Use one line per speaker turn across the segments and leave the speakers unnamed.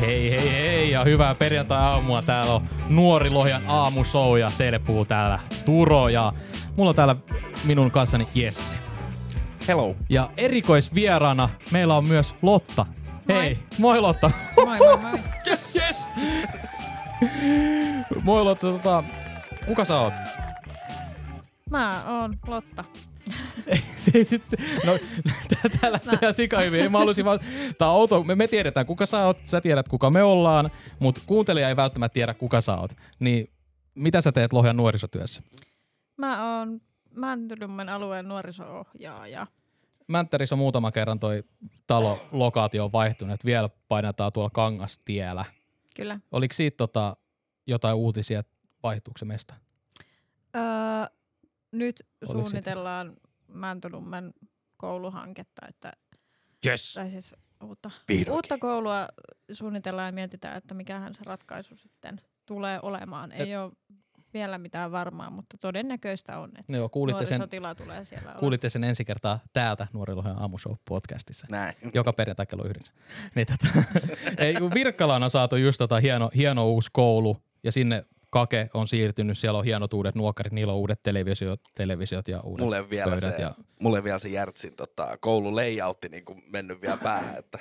Hei hei hei ja hyvää perjantai-aamua. Täällä on Nuori Lohjan aamushow ja teille puhuu täällä Turo ja mulla on täällä minun kanssani Jesse.
Hello.
Ja erikoisvieraana meillä on myös Lotta.
Moi.
Hei, moi Lotta.
Moi, moi, moi.
Yes, yes.
moi Lotta, tota, kuka sä oot?
Mä oon Lotta.
Ei sit, se- no, tää, tää lähtee sika hyvin. Ei, Mä halusin vaan, tää on outo, me, me tiedetään kuka sä oot, sä tiedät kuka me ollaan, mutta kuuntelija ei välttämättä tiedä kuka sä oot. Niin mitä sä teet Lohjan nuorisotyössä?
Mä oon Mäntylymmen alueen nuoriso-ohjaaja.
Mänttärissä on muutama kerran toi talo lokaatio on vaihtunut, että vielä painetaan tuolla Kangastiellä.
Kyllä.
Oliko siitä tota, jotain uutisia, että vaihtuuko se mesta?
Öö, nyt
Oliko
suunnitellaan Mäntylymmen kouluhanketta, että,
Yes.
tai siis uutta,
Vihdoinkin.
uutta koulua suunnitellaan ja mietitään, että mikähän se ratkaisu sitten tulee olemaan. Ei ole vielä mitään varmaa, mutta todennäköistä on, että
No Joo, kuulitte sen,
nuorisotila tulee siellä olemaan.
kuulitte sen ensi kertaa täältä Nuori Lohen aamushow podcastissa.
Näin.
Joka perjantai kello yhdeksän. Niin, tota, ei, kun Virkkalaan on saatu just tota hieno, hieno uusi koulu ja sinne Kake on siirtynyt. Siellä on hienot uudet nuokkarit, niillä on uudet televisiot, televisiot ja uudet
Mulle on vielä se,
pöydät ja
mulle on vielä se Järtsin tota, koulun layoutti niin kuin mennyt vielä päähän, että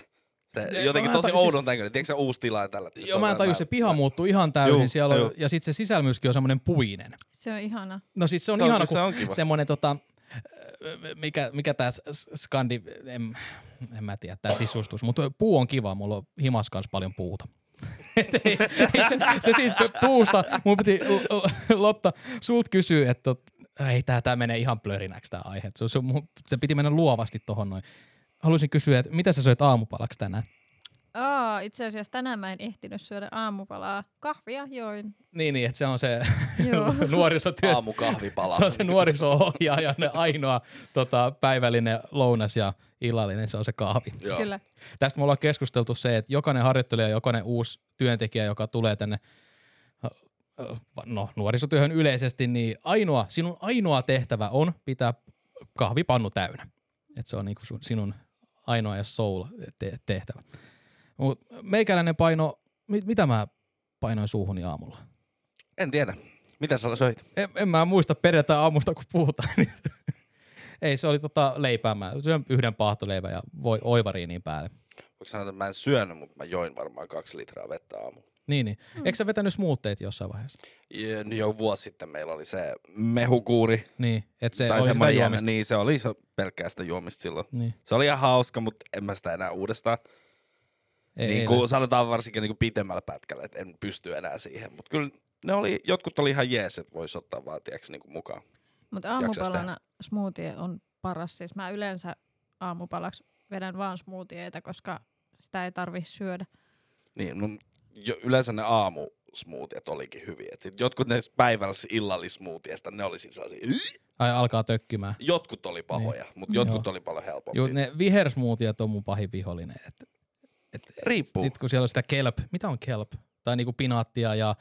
se
Ei,
jotenkin
mä
tosi
tajusin-
oudon näköinen. Tiedätkö se uusi tila ja tällä?
Joo, mä en tajua, se piha muuttuu ihan täysin.
Juu,
siellä on,
juu.
ja sitten se sisällä myöskin on semmoinen puinen.
Se on ihana.
No siis se on,
Se on-
ihana,
se on
kun
kiva.
semmoinen tota, äh, mikä, mikä tää s- s- skandi, en, en mä tiedä, tää sisustus, mutta puu on kiva, mulla on himas kanssa paljon puuta. Et ei, ei se, se siitä puusta, mun piti, L- L- Lotta, sult kysyy, että tot, ei tää, tää menee ihan plörinäksi tää aihe, se, se, mun- se piti mennä luovasti tohon noin. Haluaisin kysyä, että mitä sä söit aamupalaksi tänään?
Aa, itse asiassa tänään mä en ehtinyt syödä aamupalaa. Kahvia join.
Niin, niin, että se on se
Joo.
nuorisotyö,
Aamukahvipala.
Se on se nuoriso-ohjaajan ainoa tota, päivällinen lounas ja illallinen, se on se kahvi.
Joo.
Kyllä.
Tästä me ollaan keskusteltu se, että jokainen harjoittelija, jokainen uusi työntekijä, joka tulee tänne no, nuorisotyöhön yleisesti, niin ainoa, sinun ainoa tehtävä on pitää kahvipannu täynnä. Et se on niinku sun, sinun ainoa ja soul te- tehtävä. Mut meikäläinen paino, mit, mitä mä painoin suuhuni aamulla?
En tiedä. Mitä sä söit?
En, en mä muista perjantai aamusta, kun puhutaan. niin- Ei, se oli tota leipää. Mä syön yhden paahtoleivän ja voi oivariinin päälle.
Voiko sanoa, että mä en syönyt, mutta mä join varmaan kaksi litraa vettä aamulla.
Niin, niin. Eikö sä vetänyt smoothieet jossain vaiheessa?
Ja, niin jo vuosi sitten meillä oli se mehukuuri.
Niin, että se
tai
oli sitä
semmoinen jännä.
juomista.
Niin, se oli se pelkkää sitä juomista silloin.
Niin.
Se oli ihan hauska, mutta en mä sitä enää uudestaan.
Ei,
niin
ei,
kuin sanotaan varsinkin niin kuin pitemmällä pätkällä, että en pysty enää siihen. Mutta kyllä ne oli, jotkut oli ihan jees, että voisi ottaa vaan tiiäks, niin kuin mukaan.
Mutta
Jaksas
aamupalana smoothie on paras. Siis mä yleensä aamupalaksi vedän vaan smoothieita, koska sitä ei tarvi syödä.
Niin, no, jo, yleensä ne aamu smoothiet olikin hyviä. Et sit jotkut ne päivällä illallismoothiesta, ne oli siis sellaisia, "Yh!"
Ai, alkaa tökkimään.
jotkut oli pahoja, niin. mutta jotkut
Joo.
oli paljon helpompia.
Ju, ne vihersmoothiet on mun pahin vihollinen. Et, et,
Riippuu.
Sitten kun siellä on sitä kelp. Mitä on kelp? Tai niinku pinaattia ja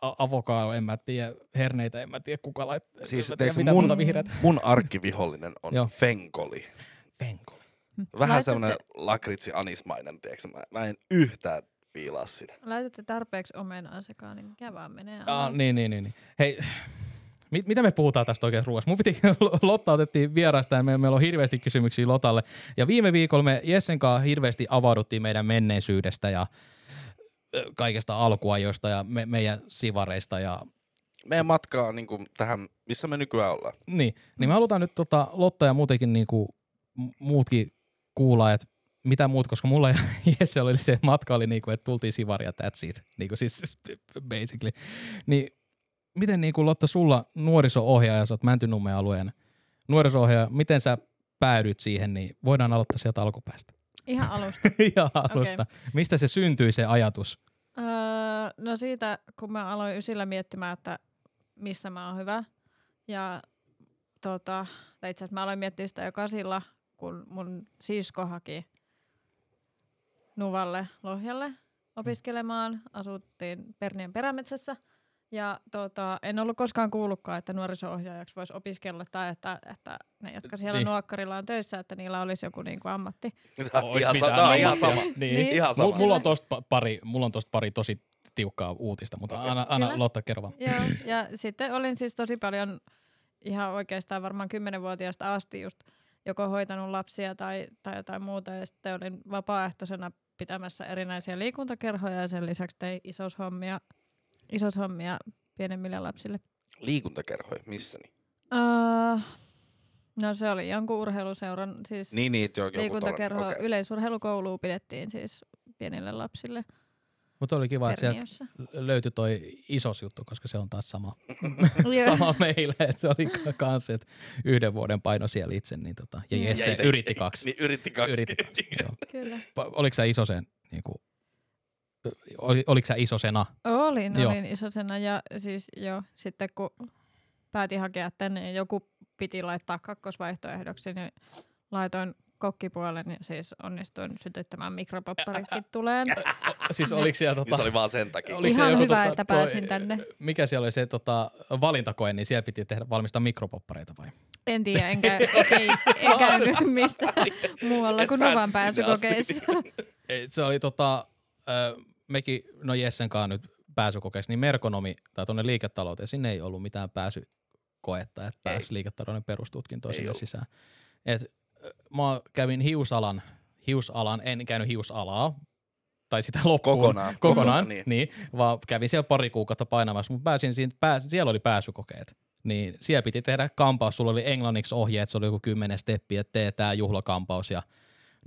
a- avokaado, en mä tiedä, herneitä, en mä tiedä kuka laittaa.
Siis
en mä tiedä,
teikö,
mitä
mun,
muuta vihreät.
mun arkkivihollinen on
Joo.
fenkoli.
Penko.
Vähän
Laitatte-
semmoinen lakritsi anismainen, tiiäks, mä, mä en yhtään fiilaa sitä.
Laitatte tarpeeksi omenaa sekaan, niin mikä vaan menee.
Ah,
aamulla.
niin, niin, niin. niin. Hei, mit, mitä me puhutaan tästä oikein ruoasta? Mun piti, Lotta otettiin vierasta ja me, meillä on hirveästi kysymyksiä Lotalle. Ja viime viikolla me Jessen kanssa hirveästi avauduttiin meidän menneisyydestä ja ö, kaikesta alkuajoista ja me, meidän sivareista ja
Meidän matkaa niin kuin tähän, missä me nykyään ollaan.
niin. Niin me halutaan nyt tota, Lotta ja muutenkin niinku, m- muutkin kuulla, että mitä muut, koska mulla ja Jesse oli se matka oli niinku, että tultiin sivaria, that's it. Niinku siis basically. Niin miten niinku Lotta sulla nuoriso-ohjaaja, sä oot Mäntynummen alueen nuoriso-ohjaaja, miten sä päädyit siihen, niin voidaan aloittaa sieltä alkupäästä.
Ihan alusta.
ja alusta. Okay. Mistä se syntyi se ajatus?
öö, no siitä, kun mä aloin ysillä miettimään, että missä mä oon hyvä. Ja tota, tai itse asiassa mä aloin miettiä sitä jo kasilla, kun mun sisko haki Nuvalle Lohjalle opiskelemaan. Asuttiin Pernien perämetsässä. Ja tota, en ollut koskaan kuullutkaan, että nuoriso-ohjaajaksi voisi opiskella tai että, että ne, jotka siellä
Niin.
niin. nuokkarilla on töissä, että niillä olisi joku niinku ammatti.
Ois
Äh, ihan,
mitään
sa- tää on
ammattia.
ihan sama.
Niin.
Ihan sama.
Mu- mulla, on tosta pa- pari, mulla on tosta pari tosi tiukkaa uutista, mutta anna, anna
Kyllä.
Lotta kerro vaan.
Joo, ja sitten olin siis tosi paljon ihan oikeastaan varmaan 10-vuotiaasta asti just joko hoitanut lapsia tai, tai jotain muuta. Ja sitten olin vapaaehtoisena pitämässä erinäisiä liikuntakerhoja ja sen lisäksi tein isoshommia, isoshommia pienemmille lapsille.
Liikuntakerhoja, missä niin?
Uh, no se oli jonkun urheiluseuran, siis
Niin, niin, että joku
liikuntakerho,
tollanen, okei.
yleisurheilukoulua pidettiin siis pienille lapsille
Mutta oli kiva, että sieltä
Perniössä.
löytyi toi isos juttu, koska se on taas sama,
Joo.
sama meille. Että se oli ka- kans, että yhden vuoden paino siellä itse, niin tota, ja
Mm.
Jesse
Ja ite-
yritti kaksi.
Niin, yritti kaksi. Niin,
Yritti kaksi, joo.
Kyllä.
Pa- Oliko sä isosen, niin kuin, oli, oliko sä isosena?
Olin,
Joo.
olin isosena no niin, ja siis joo, sitten kun päätin hakea tänne ja joku piti laittaa kakkosvaihtoehdoksi, niin laitoin kokkipuolen ja siis onnistuin sytyttämään mikropopparitkin tuleen.
Siis oliko siellä
Niin se
tota,
oli vaan sen takia.
Oliko se
Ihan
joku,
hyvä,
tota,
että
toi-
pääsin tänne.
mikä siellä oli se tota, valintakoe, niin siellä piti tehdä valmistaa mikropoppareita vai?
En tiedä, enkä, ei, en käynyt mistään muualla
Et
kuin
päässyt
Novan
sinne asti.
pääsykokeissa.
Ei, Se oli tota, ö, mekin, no Jessen kanssa nyt pääsykokeessa, niin merkonomi tai tuonne liiketalouteen, sinne ei ollut mitään pääsykoetta, että
Ei.
pääsi liiketalouden perustutkintoon
Ei
sinne
ollut.
sisään. Et, ö, mä kävin hiusalan, hiusalan, en käynyt hiusalaa, tai sitä loppuun.
Kokonaan.
Kokonaan, niin.
Niin.
niin. Vaan kävin siellä pari kuukautta painamassa, mutta pääsin siitä, pääs, siellä oli pääsykokeet. Niin siellä piti tehdä kampaus, sulla oli englanniksi ohjeet, se oli joku kymmenen steppiä, että tee tää juhlakampaus ja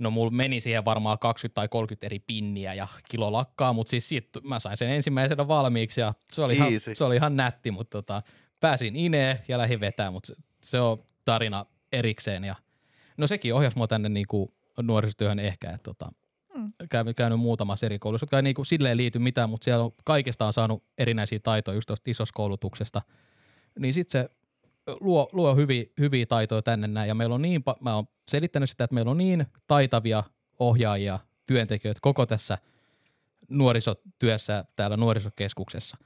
no mulla meni siihen varmaan 20 tai 30 eri pinniä ja kilo lakkaa, mutta siis sit mä sain sen ensimmäisenä valmiiksi ja se oli, ihan,
Easy.
se oli ihan nätti, mutta tota, pääsin ineen ja lähdin vetää, mutta se, se on tarina erikseen ja no sekin ohjasi mua tänne niinku nuorisotyöhön ehkä, että tota,
Mm.
käynyt, käynyt muutamassa eri koulussa, jotka ei niinku silleen liity mitään, mutta siellä on, kaikesta on saanut erinäisiä taitoja just tuosta isosta koulutuksesta, niin sitten se luo, luo hyviä, hyviä taitoja tänne näin, ja meillä on niin, pa- mä oon selittänyt sitä, että meillä on niin taitavia ohjaajia, työntekijöitä koko tässä nuorisotyössä täällä nuorisokeskuksessa.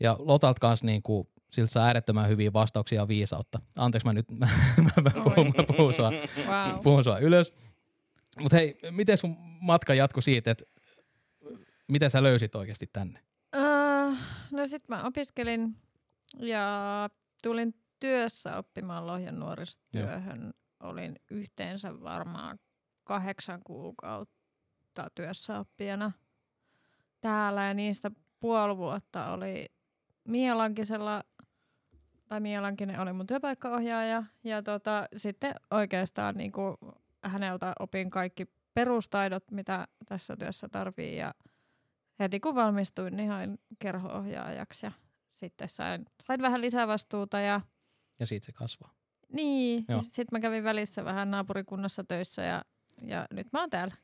Ja Lotalt kanssa niin kuin, siltä saa äärettömän hyviä vastauksia ja viisautta. Anteeksi, mä nyt mä, mä, mä puhun, mä puhun sua
Wow.
puhun sua ylös. Mutta hei, miten sun matka jatkui siitä, että miten sä löysit oikeasti tänne?
Öö, no sit mä opiskelin ja tulin työssä oppimaan Lohjan nuorisotyöhön. Olin yhteensä varmaan kahdeksan kuukautta työssä oppijana täällä ja niistä puoli vuotta oli Mielankisella tai Mielankinen oli mun työpaikkaohjaaja ja tota, sitten oikeastaan niinku häneltä opin kaikki perustaidot, mitä tässä työssä tarvii ja heti kun valmistuin, niin hain kerhoohjaajaksi ja sitten sain, sain vähän lisävastuuta ja
Ja siitä se kasvaa.
niin,
Joo.
sitten mä kävin välissä vähän naapurikunnassa töissä ja, ja nyt mä oon täällä.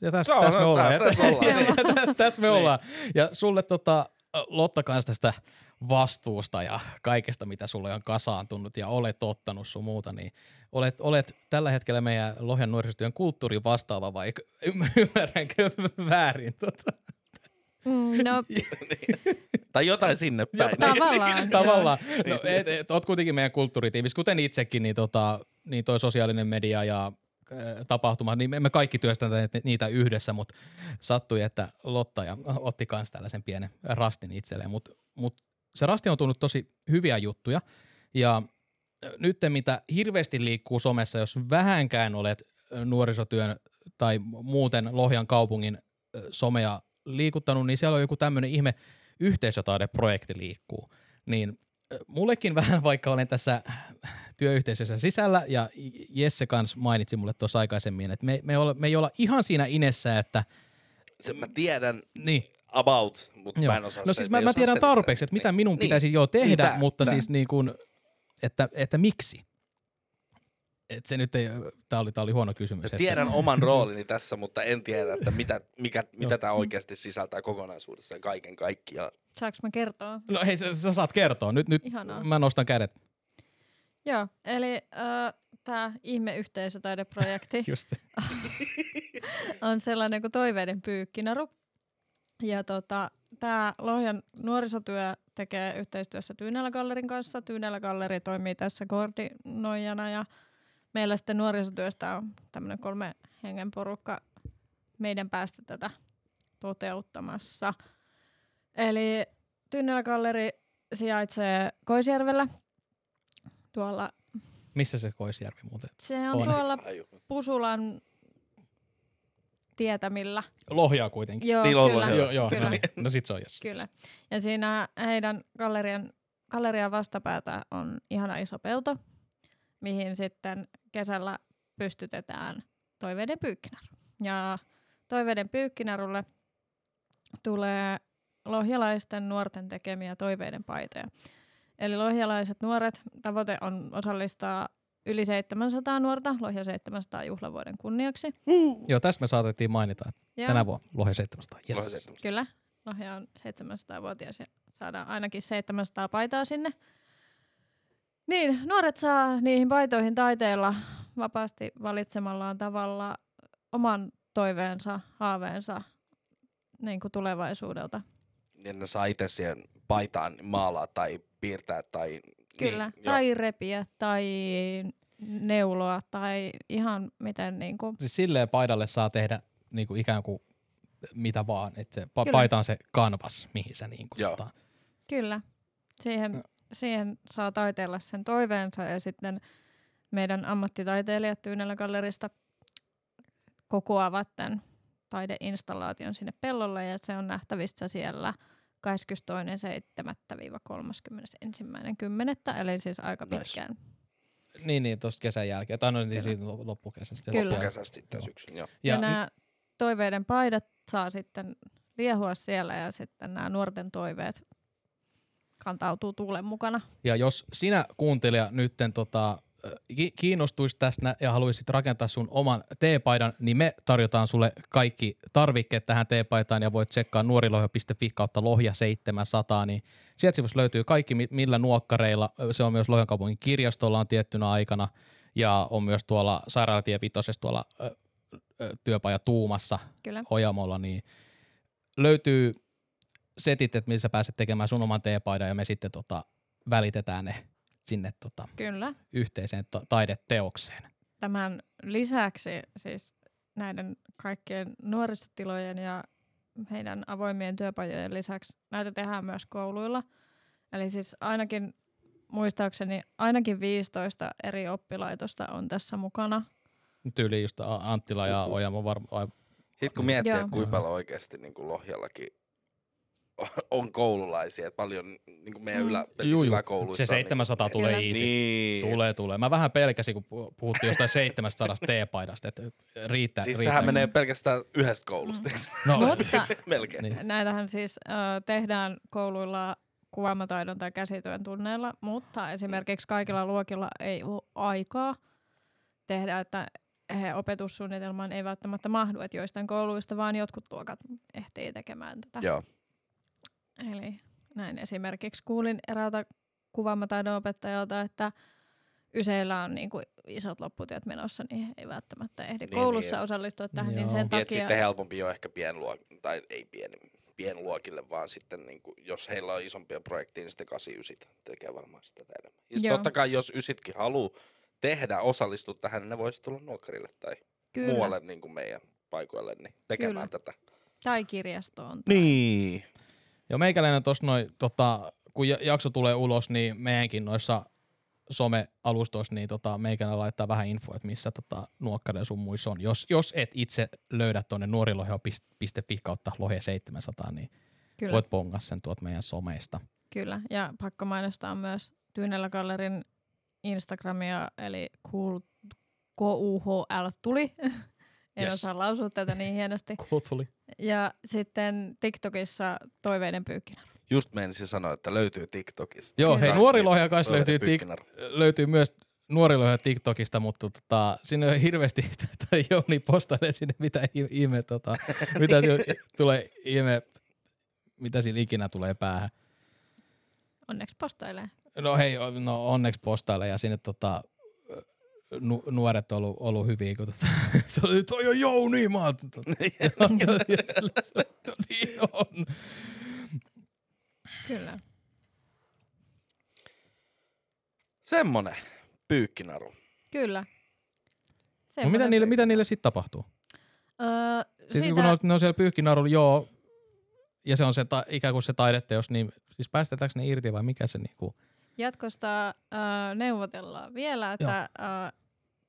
Ja tässä,
Joo,
tässä me
no,
ollaan.
tää-
Ja
tässä
ollaan.
ja tässä, tässä me
Niin.
ollaan. Ja sulle tota, Lotta kanssa tästä vastuusta ja kaikesta, mitä sulle on kasaantunut ja olet ottanut sun muuta, niin olet, olet tällä hetkellä meidän Lohjan nuorisotyön kulttuurin vastaava, vai ymmärränkö väärin? Tota,
Mm, no
Niin.
tai jotain sinne päin. Niin,
tavallaan.
Tavallaan. No, et, et, oot kuitenkin meidän kulttuuritiivis, kuten itsekin, niin, tota, niin toi sosiaalinen media ja äh, tapahtuma, niin me- me kaikki työstetään niitä yhdessä, mutta sattui, että Lotta ja otti kans tällaisen pienen rastin itselleen, mutta mut se rasti on tullut tosi hyviä juttuja ja äh, nyt mitä hirveästi liikkuu somessa, jos vähänkään olet äh, nuorisotyön tai muuten Lohjan kaupungin ö, somea liikuttanut, niin siellä on joku tämmöinen ihme yhteisötaideprojekti liikkuu. Niin ö, mullekin vähän, vaikka olen tässä työyhteisössä sisällä, ja Jesse kans mainitsi mulle tuossa aikaisemmin, että me, me, ole, me ei olla ihan siinä inessä, että
Sen mä tiedän
niin,
about, mutta
Joo.
mä en osaa
No
sen,
siis mä,
ei
mä
osaa
tiedän
selittää.
tarpeeksi, että mitä
Niin.
minun
Niin.
pitäisi jo tehdä,
tää-
mutta
tää.
siis niin kuin, että, että miksi? Et se nyt ei, tää oli, tää oli huono kysymys.
Mä
että-
tiedän oman roolini tässä, mutta en tiedä, että mitä, mikä, mitä tämä oikeasti sisältää kokonaisuudessaan kaiken kaikkiaan.
Saanko mä kertoa?
No hei, sä, sä saat kertoa. Nyt, nyt
Ihanaa.
mä nostan kädet.
Joo, eli äh, tämä ihmeyhteisötaideprojekti
Just.
on sellainen kuin toiveiden pyykkinaru. Ja tota, tämä Lohjan nuorisotyö tekee yhteistyössä Tyynellä Gallerin kanssa. Tyynellä Galleri toimii tässä koordinoijana ja meillä sitten nuorisotyöstä on tämmöinen kolme hengen porukka meidän päästä tätä toteuttamassa. Eli Tyynellä Galleri sijaitsee Koisjärvellä. Tuolla,
Missä se Koisjärvi muuten?
se on,
On.
on. tuolla
Ai,
Pusulan tietämillä.
Lohjaa kuitenkin.
Joo,
Niillä on
kyllä.
Lohjalla.
Joo, joo.
Kyllä.
No, niin. no sit se on jes.
Kyllä. Ja siinä heidän gallerian, gallerian vastapäätä on ihana iso pelto, mihin sitten kesällä pystytetään toiveiden pyykkinäru. Ja toiveiden pyykkinärulle tulee lohjalaisten nuorten tekemiä toiveiden paitoja. Eli lohjalaiset nuoret, tavoite on osallistaa yli 700 nuorta Lohja 700 juhlavuoden kunniaksi.
Joo, tässä me saatettiin mainita, että
Ja
tänä vuonna Lohja 700. Yes.
Yes.
Kyllä. Lohja on 700-vuotias ja saadaan ainakin 700 paitaa sinne. Niin, nuoret saa niihin paitoihin taiteilla vapaasti valitsemallaan tavalla oman toiveensa, haaveensa niin kuin tulevaisuudelta.
Niin ne saa itse siihen paitaan maalaa tai piirtää tai...
Kyllä.
Niin,
Niin,
joo.
tai repiä tai neuloa tai ihan miten niin kuin,
Siis silleen paidalle saa tehdä niin kuin ikään kuin mitä vaan. Että se pa-
Kyllä.
paita on se kanvas, mihin sä niin kuin,
Joo.
tota,
Kyllä. Siihen, siihen saa taiteilla sen toiveensa ja sitten meidän ammattitaiteilijat Tyynellä Gallerista kokoavat tämän taideinstallaation sinne pellolle ja se on nähtävissä siellä 22.7.-31.10. Eli siis aika
Nice.
pitkään.
Niin, niin tuosta kesän jälkeen. Tai no niin
Kyllä.
siinä lo- loppukesästä.
Kyllä.
Loppukesästä sitten
Joo.
syksyn, joo.
Ja,
Ja,
ja nämä toiveiden paidat saa sitten liehua siellä ja sitten nämä nuorten toiveet kantautuu tuulen mukana.
ja jos sinä kuuntelija nytten tota, ki- kiinnostuisi tästä nä- ja haluaisit rakentaa sun oman teepaidan, niin me tarjotaan sulle kaikki tarvikkeet tähän teepaitaan ja voit tsekkaa nuorilohja.fi kautta lohja 700, niin sieltä sivussa löytyy kaikki mi- millä nuokkareilla. Se on myös Lohjan kaupungin kirjastolla on tiettynä aikana ja on myös tuolla Sairaalatie 5 tuolla ö, ö, työpaja Tuumassa
Kyllä.
Hojamolla, niin löytyy setit, että missä pääset tekemään sun oman teepaidan ja me sitten tota, välitetään ne sinne tota,
Kyllä.
yhteiseen ta- taideteokseen.
tämän lisäksi siis näiden kaikkien nuorisotilojen ja heidän avoimien työpajojen lisäksi näitä tehdään myös kouluilla. Eli siis ainakin muistaakseni ainakin 15 eri oppilaitosta on tässä mukana.
Tyyli just A- Anttila ja Ojamo varmaan.
Sitten kun miettii,
Joo.
että kuinka paljon oikeasti niin kuin Lohjallakin on koululaisia, että paljon niin kuin meidän
Mm.
ylä, yläkouluissa
Se 700
on,
tulee
Kyllä.
easy.
niin, niin,
Tulee, tulee. Mä vähän pelkäsin, kun pu- puhuttiin jostain 700 teepaidasta, että riittää.
Siis
riittää.
sehän menee pelkästään yhdestä koulusta,
No,
Mm. Mutta
melkein.
niin.
näitähän siis ö, tehdään kouluilla kuvaamataidon tai käsityön tunneilla, mutta esimerkiksi kaikilla luokilla ei ole aikaa tehdä, että he opetussuunnitelmaan ei välttämättä mahdu, että joistain kouluista vaan jotkut luokat ehtii tekemään tätä.
Joo.
Eli näin esimerkiksi kuulin eräältä kuvaamataidon opettajalta, että Yseillä on niin kuin isot lopputyöt menossa, niin he ei välttämättä ehdi
Niin,
koulussa
niin.
osallistua tähän,
Joo.
niin sen
Et
Niin, että
takia...
sitten helpompi on ehkä pienluok, tai ei pien, pienluokille, vaan sitten niin kuin, jos heillä on isompia projekteja, niin sitten 89 tekee varmaan sitä enemmän. Ja sit
Joo.
totta kai, jos ysitkin haluaa tehdä, osallistua tähän, niin ne voisi tulla nuokkarille tai Kyllä. muualle niin kuin meidän paikoille niin tekemään Kyllä. tätä.
Tai kirjastoon.
Niin.
Joo, meikäläinen tuossa noin, tota, kun ja- jakso tulee ulos, niin meidänkin noissa somealustoissa, niin tota, meikäläinen laittaa vähän infoa, että missä tota, nuokkareilla sun muissa on. Jos, jos et itse löydä tuonne nuorilohjo.fi kautta lohe 700, niin
Kyllä,
voit pongaa sen tuot meidän someista.
kyllä. Ja pakko mainostaa myös Tyynellä Gallerin Instagramia, eli cool, K-U-H-L tuli. en
Yes.
osaa lausua tätä niin hienosti.
Kutuli.
Ja sitten TikTokissa toiveiden pyykkinä.
Just menisin sanoa, että löytyy TikTokista.
Joo,
Kyllä.
hei,
Kans
nuorilohja
niin,
kanssa löytyy,
Pöydän
tik,
pyykkinä.
löytyy myös nuorilohja TikTokista, mutta tota, sinne on hirveästi, tai Jouni postailee sinne, mitä i- ihme, tota, mitä sillä tulee ihme, mitä sillä ikinä tulee päähän.
Onneksi postailee.
No hei, no onneksi postaille ja sinne tota, nu- nuoret on ollut, ollut hyviä, kun tota, se oli, toi on Jouni, mä oon- tota, No niin on.
Kyllä.
Semmonen pyykkinaru.
Kyllä.
Mut No mitä, niille, mitä niille sitten tapahtuu?
Öö,
Siis
sitä,
kun ne on, ne on siellä pyykkinarulla, joo, ja se on se ta, ikään kuin se taideteos, niin siis päästetäänkö ne irti vai mikä se niinku?
Jatkosta äh, neuvotellaan vielä, että äh,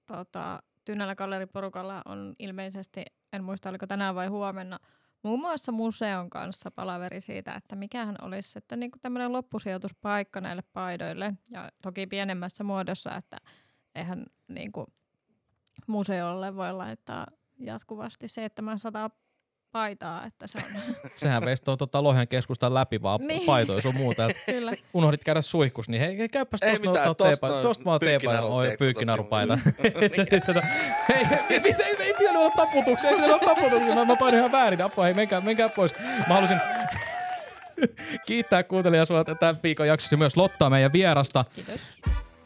tota, Tyynellä galleriporukalla on ilmeisesti, en muista oliko tänään vai huomenna, muun muassa museon kanssa palaveri siitä, että mikähän olisi sitten niin tämmöinen loppusijoituspaikka näille paidoille ja toki pienemmässä muodossa, että eihän niin kuin, museolle voi laittaa jatkuvasti 700 paitaa, että se on
Sehän veisi tuon tota Lohen keskustan läpi vaan niin.
Niin.
paitoja sun muuta. Et
kyllä
unohdit käydä suihkus, niin hei, hei käypäs
Ei
tosta
mitään,
ottaa
tosta
teepaita.
noin
Tosta mä oon teepaita,
pyykkinarulla,
oi
teetkö sä
pyykkinarupaita.
tosta?
Et sä nyt tota- Hei, hei, ei, ei, ei pitänyt olla taputuksia, ei pitänyt olla taputuksia. Mä, mä painoin ihan väärin, apua, hei, menkää, menkää pois. Mä halusin kiittää kuuntelijaa sua tämän viikon jaksossa ja myös Lottaa meidän vierasta.
Kiitos.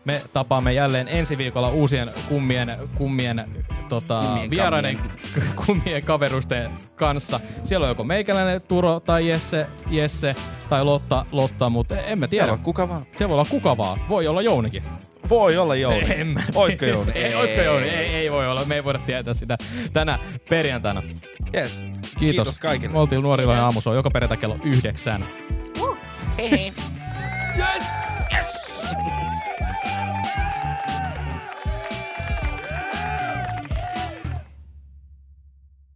Me tapaamme jälleen ensi viikolla uusien kummien, kummien tota,
Kummien
vieraiden k- kummien kaverusten kanssa. Siellä on joko meikäläinen Turo tai Jesse, Jesse tai Lotta, Lotta, mutta emme tiedä.
kuka vaan.
Se voi olla kuka vaan. Voi olla Jounikin.
Voi olla Jouni.
En mä tiedä.
Oisko Jouni?
ei, oisko Jouni? Ei, ei voi olla. Me ei voida tietää sitä tänä perjantaina. Kiitos.
Yes. Kiitos, Kiitos kaikille.
Me oltiin nuorilla
Kiitos.
aamu. Se on joka perjantai kello yhdeksän.
Uh.
Hei hei.